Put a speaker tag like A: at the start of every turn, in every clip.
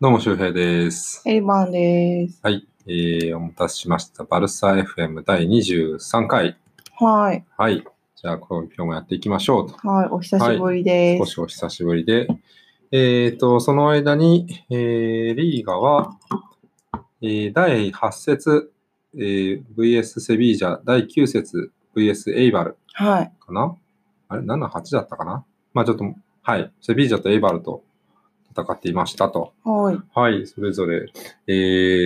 A: どうも、周平です。
B: エリバンです。
A: はい。えー、お待たせしました。バルサ FM 第23回。
B: はい。
A: はい。じゃあ、こう今日もやっていきましょうと。
B: はい。お久しぶりで
A: 少
B: す。
A: しお久しぶりで。えーと、その間に、えー、リーガは、えー第8節、えー VS セビージャ、第9節 VS エイバル
B: はい。
A: かなあれ ?7、8だったかなまあちょっと、はい。セビージャとエイバルと戦っていましたと。
B: はい。
A: はい、それぞれ、え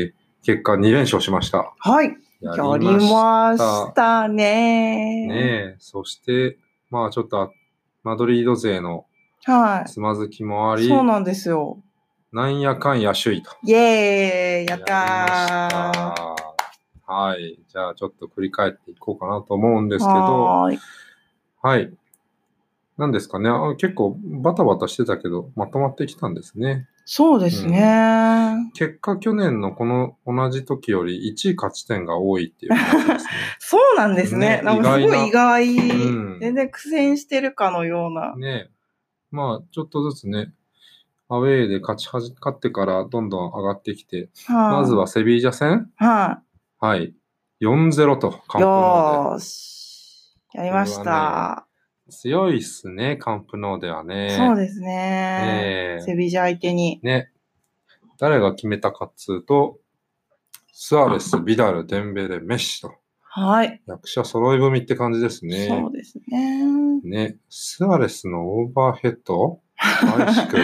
A: ー、結果2連勝しました。
B: はい。
A: や
B: やりましたね
A: ねえ、そして、まあちょっとあマドリード勢の
B: は
A: つまずきもあ
B: い。
A: り、
B: そう
A: な
B: なんですよ。
A: んやかんや首位と。
B: イエーイや
A: やりま
B: った
A: し
B: ー
A: たはい、じゃあちょっと振り返っていこうかなと思うんですけど、
B: はーい。
A: はい。なんですかねあ結構バタバタしてたけど、まとまってきたんですね。
B: そうですね、
A: 結果、去年のこの同じ時より1位勝ち点が多いっていう感じ ですね。
B: そうなんですね。
A: ね
B: なんかすごい
A: 意
B: 意外。
A: うん
B: 全然苦戦してるかのような。
A: ねえ。まあ、ちょっとずつね、アウェーで勝ちはじ、勝ってからどんどん上がってきて、
B: はい
A: まず。はセビージャ戦
B: は
A: はい。4-0と、カンプノー
B: い。よーし。やりました。
A: で。強いっすね、カンプノーではね。
B: そう
A: で
B: ですね。
A: ねえ
B: セビジャ相手に。
A: ね。誰が決めたかっつうと、スアレス、ビダル、デンベレ、メッシと。
B: はい。
A: 役者揃い踏みって感じですね
B: そ。うですね。
A: ね。スアレスのオーバーヘッドアイシ クル。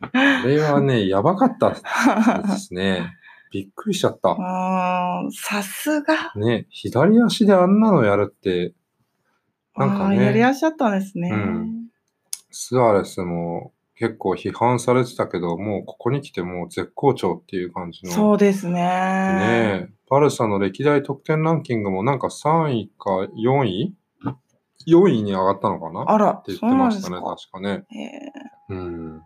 A: あれはね、やばかったっすですね。びっくりしちゃった
B: う。ーん、さすが。
A: ね、左足であんなのやるって、なんかね
B: あーやりやしちゃったんですね。
A: うんスアレスも結構批判されてたけど、もうここに来てもう絶好調っていう感じの。
B: そうですね。
A: ねえ。バルサの歴代得点ランキングもなんか3位か4位 ?4 位に上がったのかなっ
B: あら
A: て、言っ
B: そ
A: て
B: うなん
A: ま
B: で
A: した
B: す
A: ね、
B: か。
A: 確かね。
B: ええ
A: うん。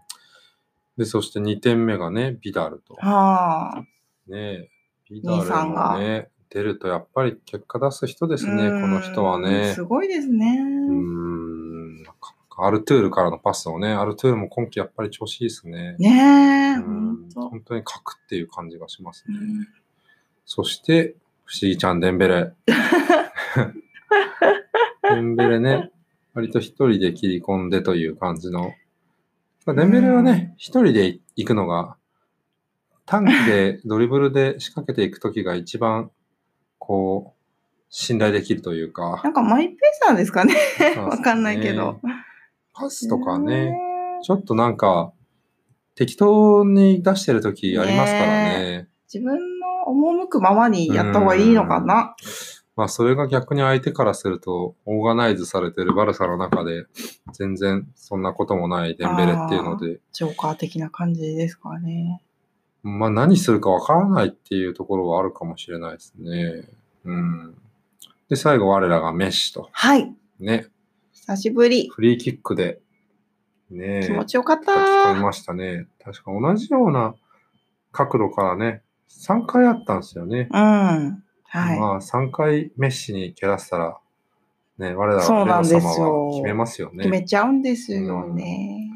A: で、そして2点目がね、ビダルと。
B: はあ。
A: ねえ、ビダ
B: 兄さ
A: ル
B: ん
A: も
B: が
A: ね、出るとやっぱり結果出す人ですね、
B: うーん
A: この人はね
B: す。ごいですね。
A: うーん、なかなかアルトゥールからのパスをね、アルトゥールも今季やっぱり調子いいですね。
B: ねえ、
A: う
B: ほ
A: ん
B: んと。
A: 本当に書くっていう感じがします
B: う
A: ね。
B: ん
A: そして、不思議ちゃん、デンベ レ。デンベレね、割と一人で切り込んでという感じの。まあデンベレはね、一人で行くのが、短期でドリブルで仕掛けていくときが一番、こう、信頼できるというか
B: な。んかマイペースなんですかね。 わかんないけど。
A: パスとかね、ちょっとなんか、適当に出してるときありますからね
B: 自分の赴くままにやった方がいいのかな。
A: まあ、それが逆に相手からすると、オーガナイズされてるバルサの中で、全然そんなこともないデンベレっていうので、
B: ジョーカー的な感じですかね。
A: まあ、何するかわからないっていうところはあるかもしれないですね。うん。で、最後、我らがメッシと。
B: はい。
A: ね。
B: 久しぶり。
A: フリーキックで、ね。
B: 気持ちよかった。
A: 使いましたね。確か同じような角度からね、3回あったんですよね。
B: うん。は
A: まあ、3回メッシに蹴らせたら、ね、我らが
B: そうなんですよ
A: レナ様は決めますよ
B: い。
A: ね。
B: 決めちゃうんですよね。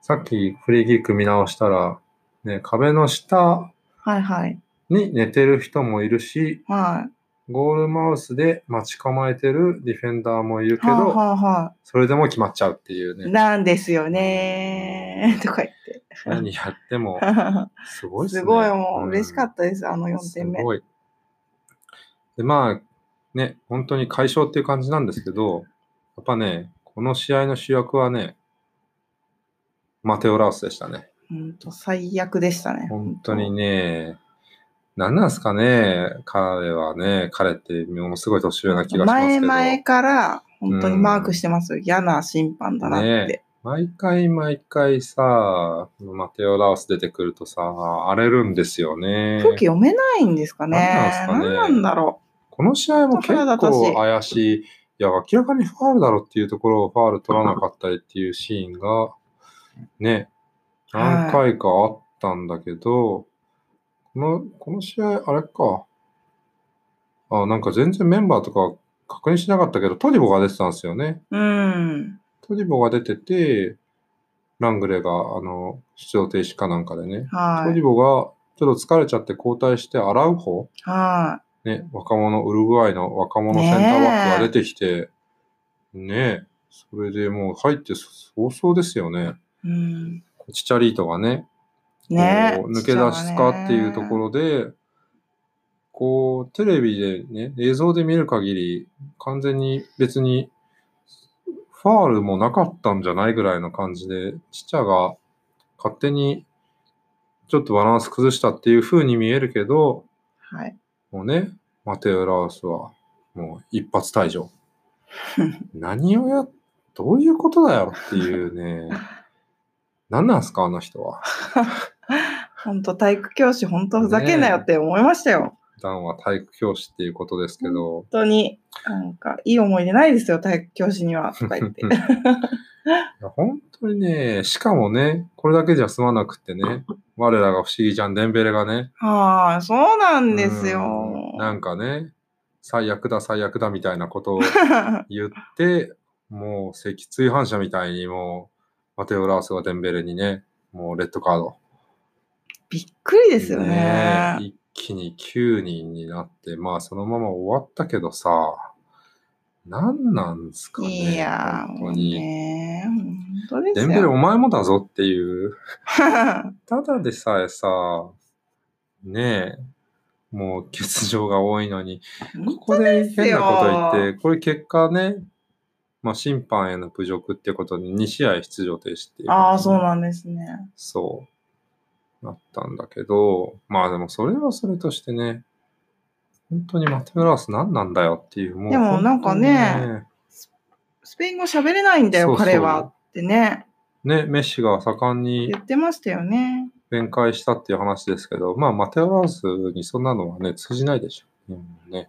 A: さっきフリーキック見直したら、ね、壁の下
B: はいはい。
A: に寝てる人もいるし、
B: はい。
A: ゴールマウスで待ち構えてるディフェンダーもいるけ
B: はあ、
A: ど、
B: はあは
A: それでも決まっちゃうっていう
B: あ、
A: ね。
B: なんですよね。とか言って。
A: 何やっても、すごいっすね。
B: すごいもう嬉しか
A: た
B: ったです、あの4点目
A: す。ごい。で、まあ、ね、本当に快勝っていう感じなんですけど、やっぱね、この試合の主役はね、マテオ・ラウスでしたね。
B: 本当最悪でしたね。
A: 本当に。ね、何なんすかね、彼はね、彼ってものすごい年上な気がします
B: 前
A: けど、
B: 々から本当にマークしてますよ。嫌な審判だなって。
A: 毎回毎回さ、マテオ・ラウス出てくるとさ、荒れるんですよね。
B: 空気読めないんですかね。
A: なんなんすかね
B: 何なんだろ
A: この試合も結構怪しい。いや、明らかにファールだろっていうところをファール取らなかったりっていうシーンが、ね、何回かあったんだけど、この、この試合、あれか。あ、なんか全然メンバーとか確認しなかったけど、トリボが出てたんですよね。
B: う。うん。
A: トリボが出てて、ラングレーが、あの、出場停止かなんかでね、
B: は
A: トジ
B: い。
A: ボがちょっと疲れちゃって交代して洗う方、
B: は
A: ね、若者、ウルグアイの若者センターバックが出てきて、ねえそれでもう入って早々ですよね。
B: い。うん。
A: チチャリートがね、
B: ね
A: こう抜け出すかっていうとこ
B: ろ。
A: ろで、こう、テレビでね、映像で見る限り、完全に別に、ファールもなかったんじゃないぐらいの感じで、チチャが勝手にちょっとバランス崩したっていう風に見えるけど、
B: はい。
A: もうね、マテオ・ラウスはもう一発退 場。何をや、どういうことだよっていうね、何なんすか、あの人は。
B: 本当体育教師本当ふざけんなよって思いましたよ。
A: 普段は体育教師っていうことですけど、
B: 本当になんかいい思い出ないですよ体育教師に はとか言って
A: いや本当にね、しかもね、これだけじゃ済まなくってね、我らが不思議ちゃん、デンベレがね、
B: はあそうなんです
A: う
B: よ
A: んなんかね、最悪だ、最悪だみたいなことを言って、もう脊椎反射みたいに、もう、マテオ・ラースがデンベレにね、もうレッドカード。
B: びっくりですよね
A: え一気に9人になって、まあそのまま終わったけどさ、何なんすかね。
B: いやー
A: 本当
B: もう
A: に。
B: ね本当です
A: デ
B: よ
A: ンベレお前もだぞっていう。
B: は
A: ただでさえさ、ねえ、もう欠場が多いのに、 ここで
B: 当です
A: 変
B: よ
A: なこと言って、これ結果ね、まあ審判への侮辱ってことに2試合出場停止っていう。
B: ああそうなんですね
A: そう。なったんだけど、まあでもそれはそれとしてね、本当にマテオラース何なんだよっていう、もう
B: でもなんかね
A: 本当に
B: スペイン語喋れないんだよ
A: そうそう
B: 彼はってね
A: ね、ね、メッシが盛んに
B: 言ってましたよね
A: 弁解したっていう話ですけど、まあマテオラースにそんなのはね、通じないでしょ。うんね、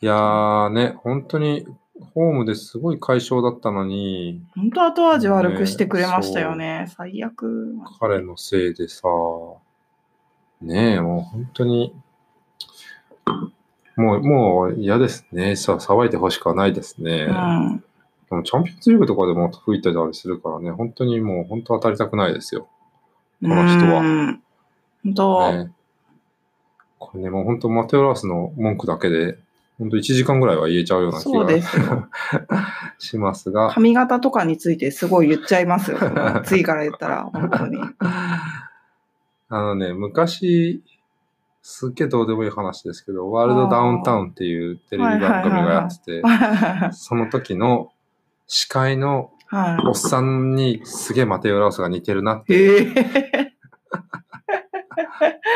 A: いやーね、本当にホームですごい快勝だったのに、
B: 本当後味悪くしてくれましたよね最悪
A: 彼のせいでさ、ねえ、もう本当に、もう、もう嫌ですね。さ、騒いでほしくはないですね。
B: うん
A: でもチャンピオンズリーグとかでも吹いたりあれするからね、本当にもう本当当たりたくないですよ。の人は
B: うん本当、
A: ね、これね、もう本当マテオラスの文句だけで、本当1時間ぐらいは言えちゃうような気
B: そう
A: が
B: ですよ
A: しますが、
B: 髪型とかについてすごい言っちゃ いますよ。その次から言ったら、本当に。
A: あのね、昔、すっげえどうでもいい話ですけど、ワールドダウンタウンっていうテレビ番組がやってて、
B: は
A: その時の司会のおっさんにすげえマテオ・ラウスが似てるなっ
B: い。
A: て、
B: へえ。
A: めち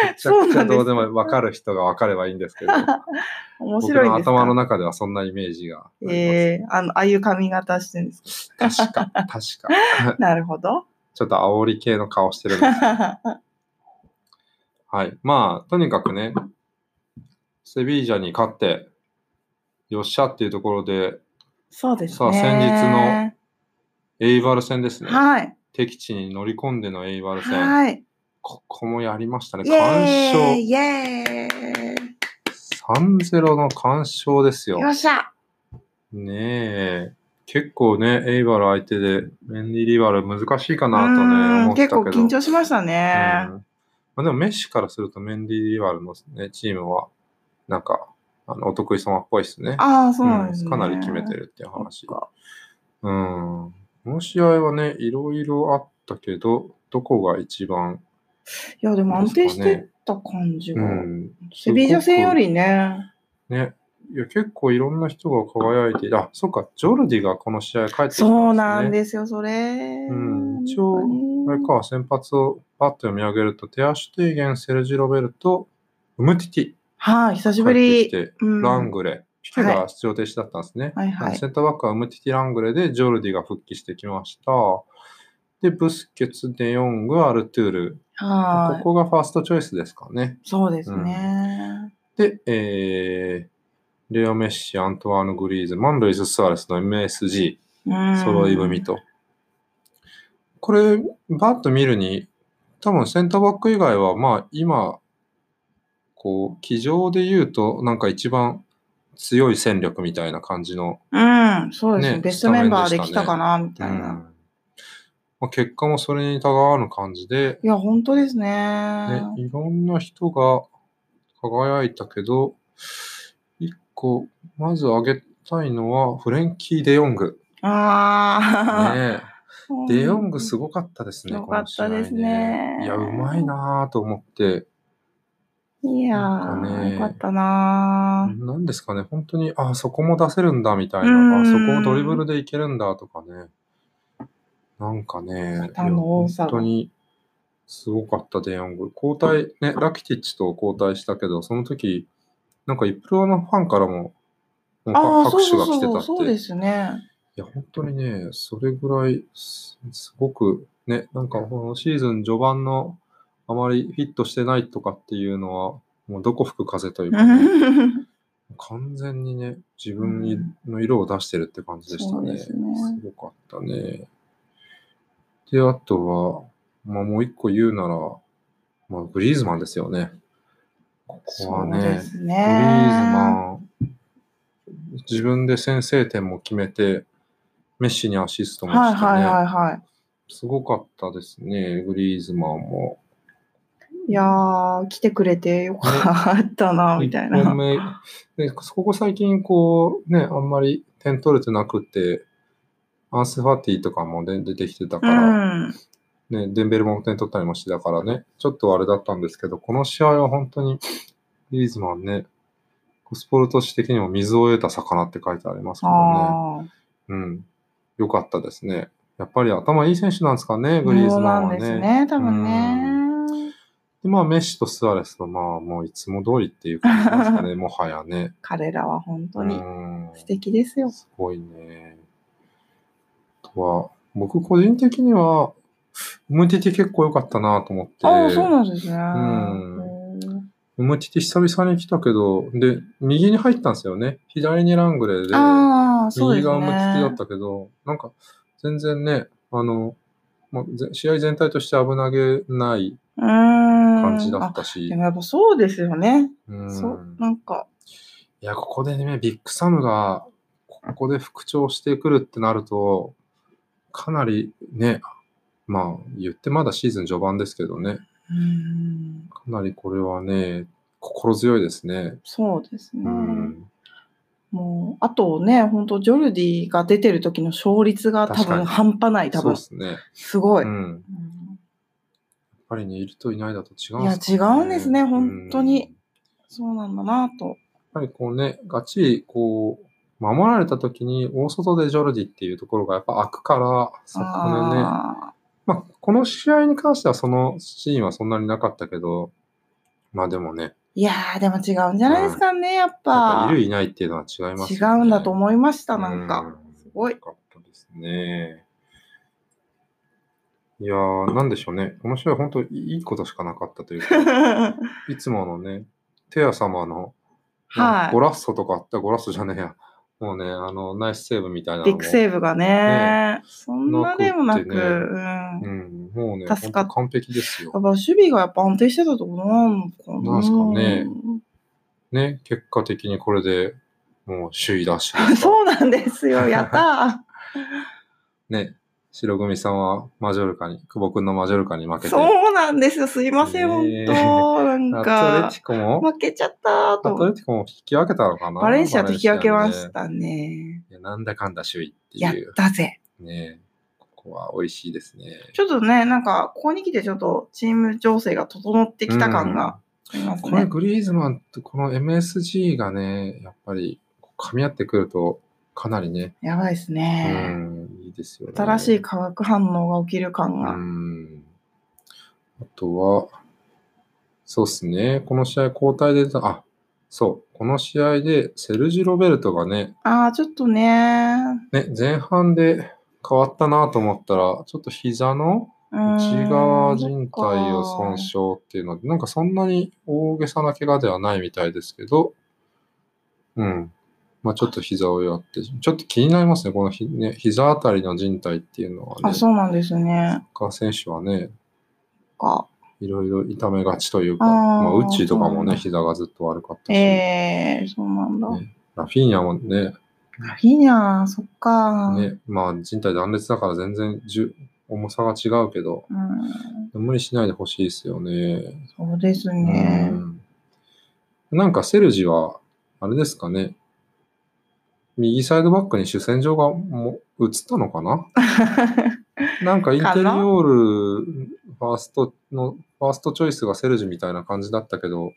A: ゃくち
B: そうな
A: ゃ
B: んです
A: どうでもいい分かる人が分かればいいんですけど、
B: 面
A: 僕
B: 白い
A: の
B: ですか。
A: 頭の中ではそんなイメージがあります。
B: ええあの、ああいう髪型してるんですか。
A: 確 か、確か。
B: なるほど。
A: ちょっと煽り系の顔してるんです。はい。まあ、とにかくね、セビージャに勝って、よっしゃっていうところで、
B: そうですね。
A: さあ先エイバル戦ですね。
B: はい。
A: 敵地に乗り込んでのエイバル戦。
B: はい。
A: ここもやりましたね。
B: イエー
A: 完
B: イイエーイ
A: 勝。3-0の完勝ですよ
B: よ。っしゃ
A: ねえ。結構ね、エイバル相手で、メンディリバル難しいかなとね、
B: う
A: 思
B: ん
A: って
B: 結構
A: たけど。
B: 緊張しましたね
A: う。んまあ、でもメッシからするとメンディリバルの、ね、チームは、なんか、あのお得意様っぽいですね。
B: ああ、そうなんです
A: う
B: ね。
A: んかなり決めてるっていう話。
B: そっか
A: うん。この試合はね、いろいろあったけど、どこが一番、
B: いや、でも安定し
A: ですか
B: てた感じ
A: う
B: が。
A: ん。
B: セビージャ戦よりね。
A: ね。いや、結構いろんな人が輝いて、あ、そっか、ジョルディがこの試合帰ってきたんですね。
B: そうなん
A: す。
B: ですよ、それ。
A: うん一応あれ
B: 本当に
A: か、先発をパッと読み上げると、手足提言、セルジ・ロベルト、ウムティティ、
B: はい、久しぶ
A: 帰ってき
B: り。
A: て、
B: うん
A: ラングレー、ピケが出場停止だったんですね。
B: はいはい
A: セ。ンターバックはウムティティ・ラングレでジョルディが復帰してきました。で、ブスケツ、デヨング、アルトゥール。
B: は
A: ここがファーストチョイスですかね。
B: い。そうですね。
A: で、えー、レオ・メッシ、アントワーヌ・グリーズマン、ルイス・スアレスの MSG、
B: うん
A: 揃い踏み。と。これ、バッと見るに、多分センターバック以外は、まあ今、こう、機上で言うと、なんか一番強い戦力みたいな感じの
B: うん、そうですね。
A: ね
B: ベストメンバー
A: ス
B: で
A: タメンで
B: き
A: したね
B: たかな、みたいな。
A: んまあ、結果もそれにたがわぬ感じで、
B: いや、本当ですね。
A: ね、いろんな人が輝いたけど、一個、まず挙げたいのは、フレンキー・デヨング。
B: ああ、
A: ね、
B: うん
A: デヨングすごかったですね、
B: よか
A: こ
B: った
A: の試合
B: ですね
A: いや、うまいなぁと思って、
B: いや
A: なんか
B: ー、
A: ね
B: よかったなー。
A: なんですかね、本当に、あ、そこも出せるんだみたいな、
B: う
A: あ、
B: ん
A: そこをドリブルでいけるんだとかね。なんかね、
B: 肩の多さ
A: いや本当にすごかった、デヨング。交代、ね、ラキティッチと交代したけど、その時、なんかイプロのファンからも、なん
B: あ
A: か
B: あ、そう
A: 拍手
B: そ
A: が
B: う
A: 来て
B: そ
A: た
B: う、
A: っ
B: そう
A: て。
B: で
A: い
B: すね。
A: や、本当にね、それぐらいす、すごく、ね、なんかこのシーズン序盤のあまりフィットしてないとかっていうのは、もうどこ吹く風というかね、完全にね、自分にの色を出してるって感じでしたね。
B: うんそうですね
A: すごかったね。で、あとは、まあ、もう一個言うなら、まあ、グリーズマンですよね。ここは
B: そう
A: ね、グリ
B: で
A: ーズ
B: すね。
A: マン、自分で先制点も決めて、メッシにアシストも
B: はい
A: してね、
B: はいはいは
A: すごかったですね、グリーズマンも。
B: い。いやー、来てくれてよかったな、みたい
A: 一本
B: な。
A: 目で、ここ最近こう、ね、あんまり点取れてなくて、アンス・ファティとかも、ね、出てきてたか
B: う
A: ら、
B: ん。
A: ね、デンベルも点取ったりもしてたからね、ちょっとあれだったんですけど、この試合は本当に、リーズマンね、コスポルト誌的にも水を得た魚って書いてありますからね。
B: あ
A: うん。よかったですね。やっぱり頭いい選手なんですかね、
B: あ、
A: グリーズ
B: そう
A: マ
B: な
A: ン
B: ん
A: は
B: です
A: ね。
B: ね、多分ね。
A: で、まあ、メッシとスアレスは、まあ、もういつも通りっていう感じです かね、もはやね。
B: 彼らは本当に
A: うん
B: 素敵ですよ。
A: すごいね。あとは、僕個人的には、ウムティティ結構良かったなと思って、
B: ああ、そうなんですね。
A: んウムティティ久々に来たけど、で、右に入ったんですよね。左にラングレーで、
B: ああ、そうで
A: 右
B: す
A: が
B: ね。
A: ウムティティだったけど、なんか、全然ね、あの、まあ、ぜ試合全体として危なげない
B: 感
A: 感じだったし
B: で、もやっぱそうですよね。
A: うん
B: そう、なんか、
A: いや、ここでね、ビッグサムが、ここで復調してくるってなると、かなりね、まあ、言ってまだシーズン序盤ですけどね、
B: うん、
A: かなりこれはね、心強いですね。
B: そうですね。
A: うん。
B: もう、あとね、本当ジョルディが出てる時の勝率が多
A: 確か
B: 分
A: に
B: 半端ない、
A: そ
B: 多
A: う
B: 分。
A: ですすね。
B: ごい。
A: う
B: うん
A: ん。やっぱりね、いるといないだと違うん
B: いや違うんですね本当に
A: うん
B: そうなんだなと。
A: やっぱりこうね、ガチリこう、守られた時に大外でジョルディっていうところがやっぱ開くから、そこでね、
B: あ
A: まあ、この試合に関してはそのシーンはそんなになかったけど、まあでもね、やっ
B: ーいやー、でも違うんじゃないですかね、やっ
A: ぱ
B: ぱ。
A: いるいないっていうのは違います
B: 違
A: よね。
B: うんだと思いました、なんか。
A: う
B: すごい
A: よかったですね。いやー、なんでしょうね。この試合本当いいことしかなかったというか、 いつものね、テア様の、
B: はい
A: ゴラッソとかあった、ゴラッソじゃねえや。もうね、あの、ナイスセーブみたいなのも
B: ビッグセーブがね、そんなでもな
A: なくっ
B: く、
A: てね
B: うん。
A: うん、もうね、
B: 助かっ
A: 本当完璧ですよ
B: やっ。ぱ守備がやっぱ安定してたところなのかな。
A: なんすかねね、結果的にこれでもう首位だし。
B: そうなんで すよ、やった
A: ね、白組さんはマジョルカに、久保君のマジョルカに負け
B: ー。
A: て。
B: そうなんですよ、すいません、
A: ねえ
B: 本 当なん
A: アトレ
B: か
A: ティ、コも、
B: 負けちゃった
A: アト
B: と。
A: レティコも引き分けたのかな
B: バレンシアと引き分けまし
A: バレンシア
B: たね。
A: ねいやなんだかんだ首位って
B: やっ
A: いう。
B: たぜ。
A: ね、ここは美味しいですね。
B: ちょっとね、なんか、ここに来てちょっとチーム情勢が整ってきた感があります
A: これ
B: ね。
A: グリーズマンとこの MSG がね、やっぱりこう噛み合ってくるとかなりね、
B: やばいです
A: う
B: ね。
A: ん、いいですよね。
B: 新しい化学反応が起きる感
A: う
B: が。
A: ん。あとは、そうですね。この試合交代で出た、あ、そう。この試合でセルジ・ロベルトがね、
B: ああ、ちょっとね。
A: ね、前半で変わったなと思ったら、ちょっと膝の
B: うん
A: 内側靭帯を損傷っていうので、なんかそんなに大げさな怪我ではないみたいですけど、うん。まあちょっと膝をやって、ちょっと気になりますね。このひ、ね、膝あたりの靭帯っていうのはね、
B: あ、そうなんですね。
A: サッカー選手はね、
B: か。
A: いろいろ痛めがちというか、
B: あー
A: まあ、ウッチーとかもね、
B: そ
A: 膝がずっと悪かったし、
B: ええそうなんだ。
A: ねラフィーニャもね、
B: ラフィーニャ、そっか。
A: ねまあ、人体断裂だから全然じゅ重さが違うけど、
B: うん。
A: 無理しないでほしいですよね。
B: そうです
A: う
B: ね。
A: ん。なんかセルジは、あれですかね。右サイドバックに主戦場がもう移ったのかななんかインテリオールファーストの、ファーストチョイスがセルジみたいな感じだったけど、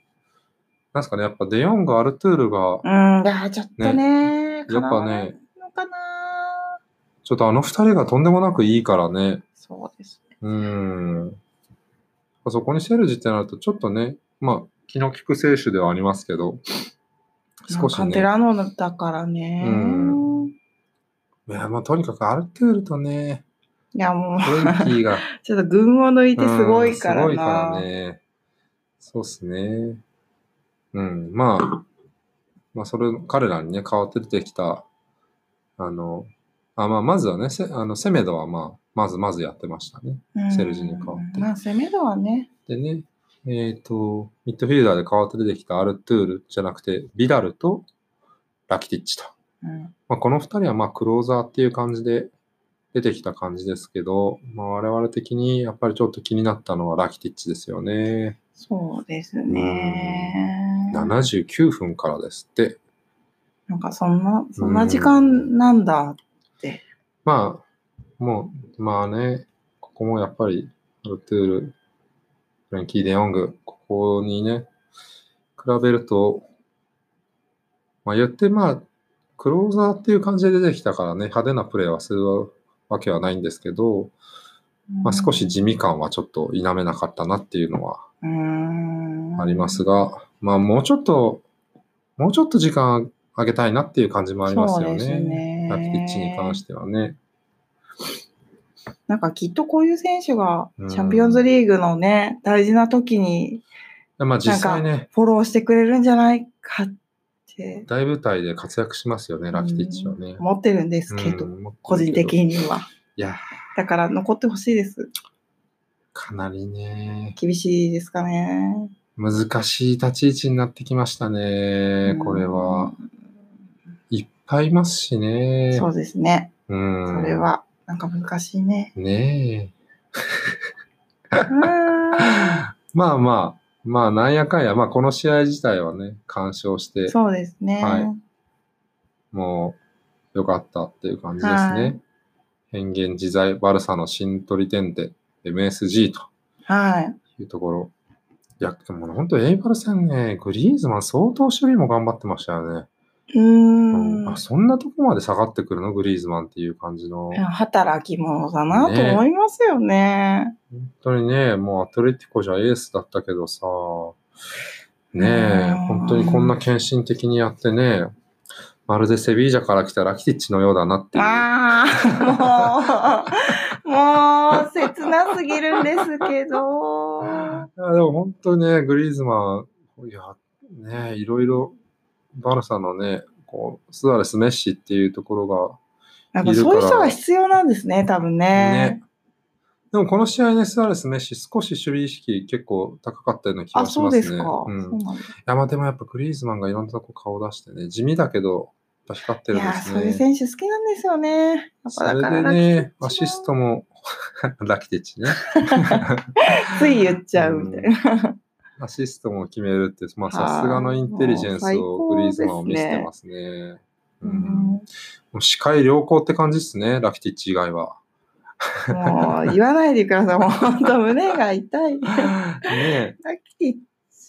A: なんすかね、やっぱデヨンがアルトゥールが、
B: うん、いや、ちょっとね、やっ
A: やっ
B: ぱ
A: ぱ
B: ね
A: ね、
B: のかな
A: ちょっとあの二人がとんでもなくいいからね、
B: そうですね。
A: うん。そこにセルジってなると、ちょっとね、まあ、気の利く選手ではありますけど、少し
B: カンテ
A: ね、
B: ラノだからね。
A: うんいやまあ、とにかくアルトゥールとね、
B: いや、もう、
A: トレンティが、
B: ちょっと群を抜いて すごいか
A: う
B: らな。
A: んすごいからね。そうっすね。うん、まあ、まあ、それ、彼らにね、変わって出てきた、あの、あまあ、まずはね、せあのセメドは、まあ、まずまずやってましたね。
B: うん
A: セルジに代わって
B: まあ、攻め度はね。
A: でね、えっ、と、ミッドフィルダーで変わって出てきたアルトゥールじゃなくて、ビダルとラキティッチと。
B: うん
A: まあ、この2人はまあクローザーっていう感じで出てきた感じですけど、まあ、我々的にやっぱりちょっと気になったのはラキティッチですよね。
B: そうですね。
A: 79分からですって。
B: なんかそんな、そんな時間なんだ。
A: まあ、もう、まあね、ここもやっぱりアルトゥール、フレンキー・デヨング、ここにね、比べると、まあ言ってまあ、クローザーっていう感じで出てきたからね、派手なプレーはするわけはないんですけど、まあ、少し地味感はちょっと否めなかったなっていうのは
B: うん。
A: ありますが、まあもうちょっと、もうちょっと時間あげたいなっていう感じもありますよ
B: そうです
A: ね。
B: ね。
A: ラキティッチに関してはね。
B: なんかきっとこういう選手が
A: うん
B: チャンピオンズリーグのね、大事な時に
A: まあ実際ね、
B: フォローしてくれるんじゃないかって
A: 大舞台で活躍しますよね、ラキティッチはね。
B: 思ってるんですけど、
A: うん
B: 個人
A: い
B: 的には。
A: や、
B: だから残ってほしいです。
A: かなりね、
B: 厳しいですかね。
A: 難しい立ち位置になってきましたね、これは。いっぱいいますし
B: うん。
A: ね。
B: そうですね。
A: うん。
B: それ。は、なんか難しいね。
A: ねえ。
B: うー
A: まあまあ、まあなんやかんや、まあこの試合自体はね、完勝し
B: ん
A: て、
B: そうですね。
A: はいもう良かったっていう感じです
B: は
A: ね。変幻自在、バルサの新取り点で MSG と
B: はい。
A: いうところ。いや、でもね本当エイバル戦ね、グリーズマン相当守備も頑張ってましたよね。
B: うーん。
A: あそんなとこまで下がってくるのグリーズマンっていう感じの。
B: いや働き者だなと
A: ね
B: 思いますよね。
A: 本当にね、もうアトレティコじゃエースだったけどさ、ねえ
B: うん、
A: 本当にこんな献身的にやってね、まるでセビージャから来たラキティッチのようだなっていう。
B: ああ、もう、もう、切なすぎるんです けど。
A: いやでも本当にね、グリーズマン、いや、ねえ、いろいろ、バルサのね、こう、スアレス、メッシっていうところ
B: なんかそういう人が必要なんですね、多分
A: が、
B: ね
A: ね。。でもこの試合ね、スアレス、メッシ、少し守備意識結構高かったような気
B: あ、
A: がし
B: そう
A: ます
B: で
A: ね。
B: すか。
A: うん
B: そうなんだ
A: いや、まあでもやっぱグリーズマンがいろんなとこ顔出してね、地味だけど、やっぱ光って
B: い
A: るん
B: や
A: で
B: ー、
A: す
B: そういう
A: ね。
B: 選手好きなんですよね。やっ
A: そ
B: ぱだ
A: れ
B: から
A: で
B: ラキ
A: ね、アシストも、 ラキティッチね。
B: つい言っちゃうみたいな。
A: アシストも決めるって、まあ
B: はい
A: さすがのインテリジェンスをグリーズマンを見せてますね。う
B: うんん
A: もう視界良好って感じですね、ラキティッチ以外 は。
B: もう言わないでください。もう本当胸が痛い。ラ
A: ねえ
B: キテ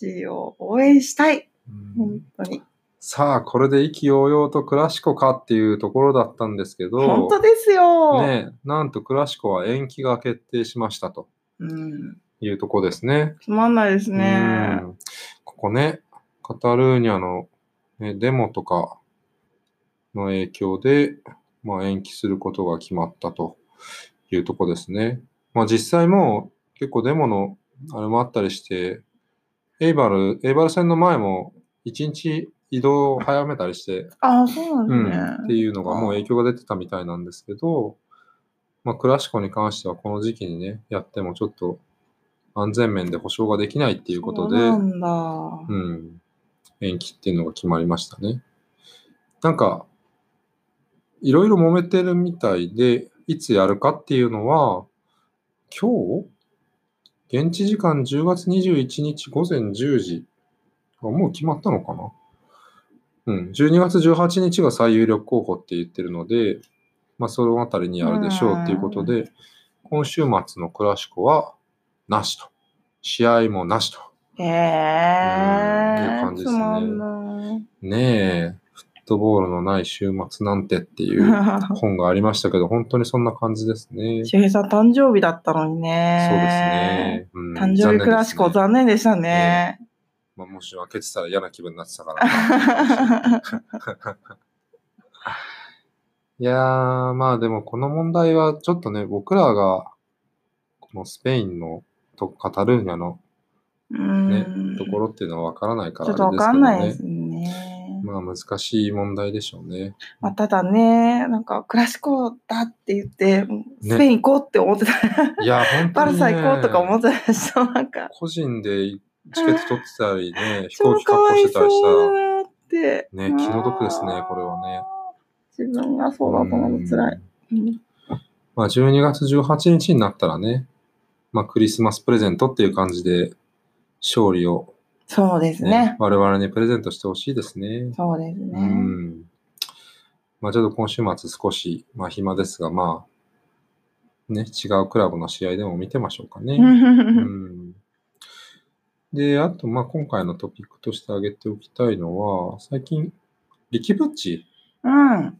B: ィッチを応援したい。
A: うん
B: 本当に。
A: さあ、これで意気揚々とクラシコかっていうところだったんですけ
B: 本
A: ど、
B: 当ですよ。
A: ねえなんとクラシコは延期が決定しましたと
B: うん。
A: いうとこですね。
B: つまんないですね
A: う。んここね、カタルーニャの、ね、デモとかの影響で、まあ、延期することが決まったというとこですね。まあ、実際もう結構デモのあれもあったりして、エイバル、エイバル戦の前も1日移動を早めたりして、
B: ああ、そう
A: うん、
B: な
A: っ
B: ん
A: て
B: ですね。
A: いうのがもう影響が出てたみたいなんですけど、まあ、クラシコに関してはこの時期にね、やってもちょっと安全面で保証ができないっていうことで、
B: そう
A: う
B: なんだ。
A: ん、延期っていうのが決まりましたね。なんか、いろいろ揉めてるみたいで、いつやるかっていうのは、今日現地時間10月21日午前10時。あもう決まったのかなうん。12月18日が最有力候補って言ってるので、まあ、そのあたりにあるでしょうっていうことで、今週末のクラシコはなしと。試合もなしと。う
B: へ
A: んいう
B: え
A: 感。じで
B: つ
A: すね
B: まんない。
A: ねえ、フットボールのない週末なんてっていう 本がありましたけど、本当にそんな感じですね。そう
B: 周平さん誕生日だったのに
A: です
B: ね。
A: ね。うん
B: 誕生日クラシコ
A: 残念ですね
B: 残念でしたね。
A: まあ、もし開けてたら嫌な気分になってたから。いやー、まあでもこの問題はちょっとね、僕らが、このスペインのとカタルーニャの
B: うん
A: ねところっていうのは分からないか
B: ちょ
A: ら
B: っと
A: あ
B: わ
A: れです
B: か
A: け
B: ん
A: ど
B: ないで
A: ね
B: す。ね。
A: まあ難しい問題でしょうね。
B: まあ、ただね、なんかクラシコだって言って、スペイン行こうって思ってた。
A: いや、本
B: バ
A: 当
B: ル
A: に、ね。
B: サ行こうとか思ってた人、なんか、
A: 個人でチケット取ってたりね、飛
B: 超
A: 行機
B: か
A: 確保
B: わ
A: し
B: い
A: てたりし
B: そう
A: た
B: だなって。
A: ね気の毒ですねこれはね。
B: 自分がそうだ
A: ら。
B: と思うと辛い。うん
A: まあ、12月18日になったらね、まあ、クリスマスプレゼントっていう感じで、勝利を、
B: そうです
A: ね
B: ね。
A: 我々にプレゼントしてほしいですね。
B: そうですね
A: う。ん。まあ、ちょっと今週末少し、まあ、暇ですが、まあ、ね、違うクラブの試合でも見てましょうかね。うん。で、あと、まあ、今回のトピックとして挙げておきたいのは、最近、リキブッチ
B: うん。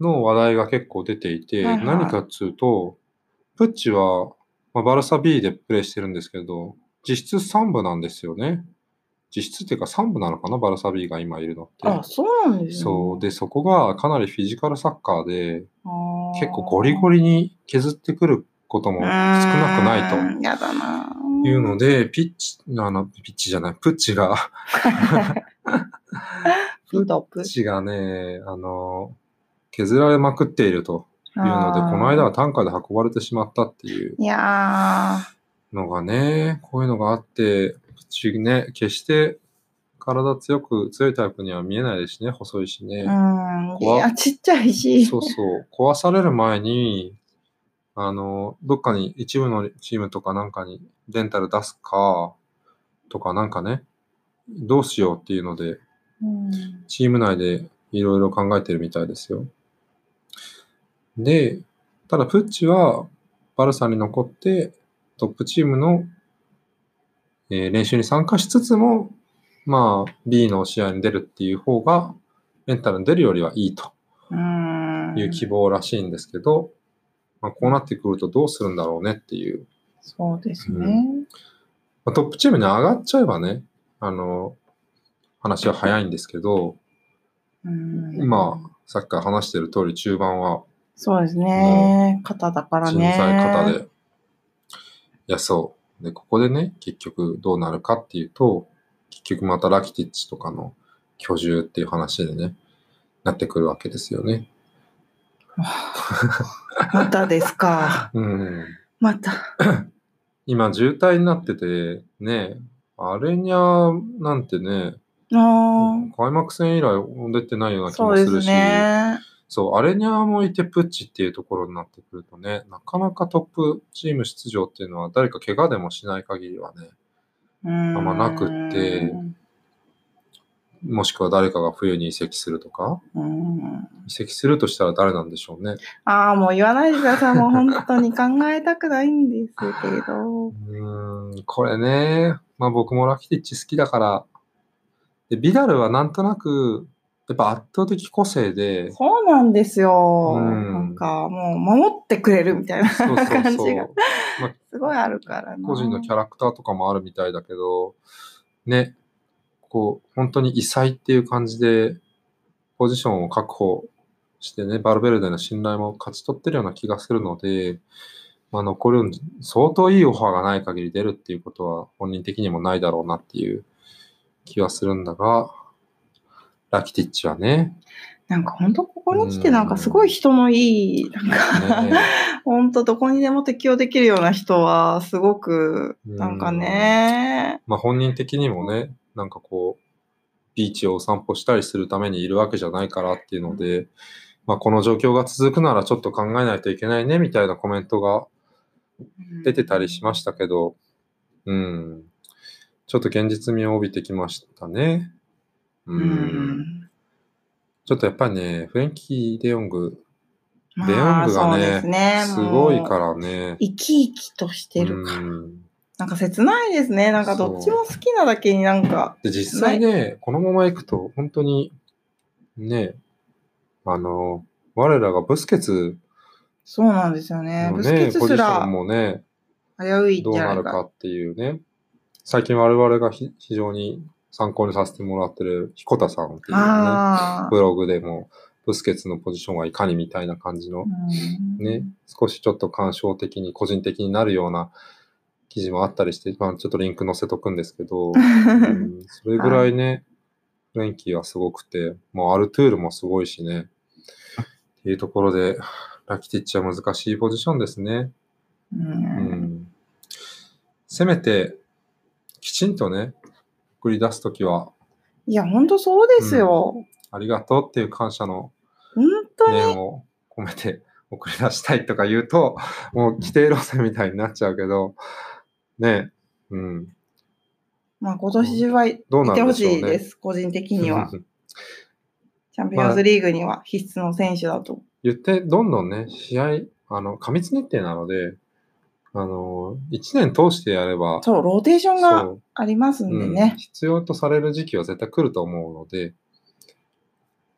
A: の話題が結構出ていて、
B: はいはい
A: 何かっつうと、プッチは、まあ、バルサ B でプレーしてるんですけど、実質3部なんですよね。実質っていうか3部なのかな、バルサ B が今いるのって。
B: あ、そうなんですね。
A: そう。で、そこがかなりフィジカルサッカーで、
B: あー
A: 結構ゴリゴリに削ってくることも少なくないと。
B: うんやだな。
A: いうので、ピッチ、あの、ピッチじゃない、プッチ が、
B: フット
A: プ
B: プ
A: ッチがね、あの、削られまくっているというので、
B: あー
A: この間は単価で運ばれてしまったっていう
B: いや
A: のがね、こういうのがあって、プッチね、決して体強く、強いタイプには見えないですしね、細いしね。
B: ー、うん。い
A: 怖っ
B: や、ちっちゃいし。
A: そうそう、壊される前に、あの、どっかに、一部のチームとかなんかにレンタル出すか、とかなんかね、どうしようっていうので、
B: うん
A: チーム内でいろいろ考えてるみたいですよ。で、ただプッチはバルサに残ってトップチームの、えー練習に参加しつつも、まあ B の試合に出るっていう方がメンタルに出るよりはいいと
B: うん。
A: いう希望らしいんですけど、まあ、こうなってくるとどうするんだろうねっていう。
B: そうですね。
A: まあ、トップチームに上がっちゃえばね、あの、話は早いんですけど、
B: うん
A: 今、さっきから話してる通り中盤は
B: そうですね。肩だから
A: 人
B: ね。
A: 材方で。いや、そう。で、ここでね、結局どうなるかっていうと、結局またラキティッチとかの居住っていう話でね、なってくるわけですよね。
B: またで すか。
A: うん。
B: また。
A: 今、渋滞になってて、ね、アレニャなんてね、
B: ああ。
A: 開幕戦以来出てないような気
B: そ
A: も
B: う
A: す
B: で
A: る
B: す
A: し、
B: ね。
A: そう、アレニャもいてプッチっていうところになってくるとね、なかなかトップチーム出場っていうのは誰か怪我でもしない限りはね、
B: あ
A: んまなくってもしくは誰かが冬に移籍するとか、移籍するとしたら誰なんでしょうね。
B: ああ、もう言わないでください。もう本当に考えたくないんですけど。
A: うーん、これね、まあ僕もラキティッチ好きだから、でビダルはなんとなく、やっぱ圧倒的個性で、
B: そうなんですよ。
A: うん
B: なんかもう守ってくれるみたいな
A: そうそう
B: 感
A: そ
B: じ
A: う
B: が、
A: まあ、
B: すごいあるからな。
A: 個人のキ
B: ャ
A: ャラクターとかもあるみたいだけど、ね、こう、本当に異彩っていう感じで、ポジションを確保してね、バルベルデの信頼も勝ち取ってるような気がするので、まあ、残る、相当いいオファーがない限り出るっていうことは本人的にもないだろうなっていう気はするんだが、ラキティッチは ね、
B: なんか本当ここに来てなんかすごい人のいい、なんか、
A: ね
B: 本当どこにでも適用できるような人はすごく、なんかね、
A: まあ、本人的にもね、なんかこう、ビーチをお散歩したりするためにいるわけじゃないからっていうので、まあ、この状況が続くならちょっと考えないといけないねみたいなコメントが出てたりしましたけど、うん、ちょっと現実味を帯びてきましたね。
B: う。
A: うんん、ちょっとやっぱりね、フレンキー・デヨング、
B: まあ
A: デヨングがね
B: そうですね
A: すごいか
B: もう
A: らね。
B: 生き生きとしてるから。
A: うん
B: なんか切ないですね。なんかどっちも好きなだけになんか。
A: で実際ね、このまま行くと、本当に、ね、あの、我らがブスケツ
B: そうなんですよね。
A: の
B: ブスケ
A: ね、
B: ツ
A: ポジ
B: す
A: ショ
B: ら
A: ンもね、
B: 危ういん
A: どう
B: じゃ
A: な
B: ない
A: るか
B: か。
A: っていうね、最近我々がひ非常に参考にさせてもらってる彦田さんっていうね、
B: ああ。
A: ブログでも、ブスケツのポジションはいかにみたいな感じの、
B: うん
A: ね、少しちょっと感傷的に、個人的になるような記事もあったりして、まあ、ちょっとリンク載せとくんですけど、うんそれぐらいね、フレンキーはすごくて、もうアルトゥールもすごいしね。っていうところで、ラキティッチは難しいポジションですね。う
B: う
A: んん。せめて、きちんとね、送り出すときは、
B: いや、本当そうですよ。
A: ありがとうっていう感謝の
B: 本当に。
A: 念を込めて送り出したいとか言うと、もう規定路線みたいになっちゃうけど、ね、うん。
B: まあ今年中はい
A: どうなん
B: てほ
A: でしょう
B: し
A: ね
B: いです。個人的には。チャンピオ
A: ま
B: ン
A: あ
B: ズリーグには必須の選手だと。
A: 言って、どんどんね、試合、あの、過密日程なので、あの、一年通してやれば、
B: そう、ローテーションが
A: そ
B: ありますん
A: う
B: で
A: うん、
B: ね。
A: 必要とされる時期は絶対来ると思うので、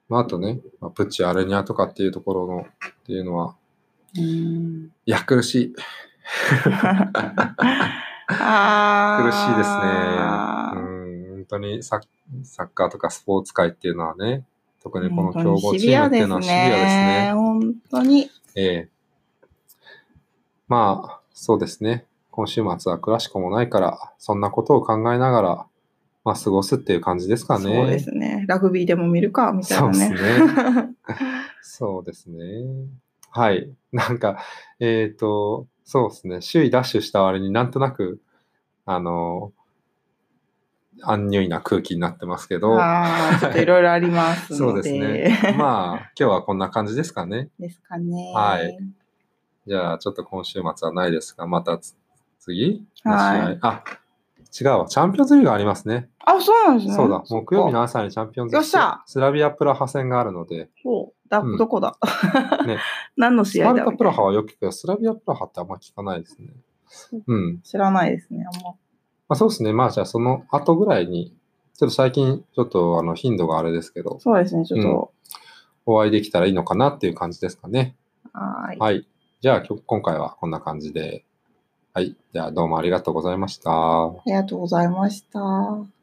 A: まあ、あとね、まあ、プッチ、アレニアとかっていうところの、っていうのは、
B: うん、
A: いや、苦しい。
B: あー
A: 苦しいですね。うん、本当にサッサッカーとかスポーツ界っていうのはね、特にこの強
B: 本当
A: 豪
B: に
A: チームっていうのはシビアですね。
B: 本当に。
A: ええ。まあ、そうですね。今週末はクラシコもないから、そんなことを考えながら、まあ、過ごすっていう感じですかね。
B: そうですね。ラグビーでも見るか、みたい
A: そう
B: な
A: ですね
B: ね。。
A: そうですね。はい。なんか、えっ、と、そうですね。首位ダッシュした割になんとなく、あの、安入いな空気になってますけど、
B: あーちょっといろいろありますので。
A: そうですね。 まあ、今日はこんな感じですかね。
B: ですかね。
A: はい。じゃあ、ちょっと今週末はないですが、またつ次
B: は
A: の試合あ、違うわ。チャンピオンズリーグありますね。
B: あ、そうなんですね。
A: そうだ。木曜日
B: な。
A: の朝にチャンピオンズ
B: よ
A: リ
B: っ
A: ーグ。
B: しゃ
A: スラビアプラハ戦があるので、
B: ほうだ
A: うん
B: どこだ、
A: ね
B: 何の
A: ス
B: 試
A: パ
B: 合
A: ル
B: だ
A: タプラハはよく聞くけど、スラビアプラハってあんま聞かないですね。うん。
B: 知らないですね。あんま
A: まあ、そうですね。まあ、じゃあその後ぐらいに、ちょっと最近、ちょっとあの頻度があれですけど、
B: そうですね、ちょっと。
A: お会いできたらいいのかなっていう感じですかね。
B: はーい。
A: はい。じゃあ、きょ今回はこんな感じで。はい。じゃあ、どうもありがとうございました。
B: ありがとうございました。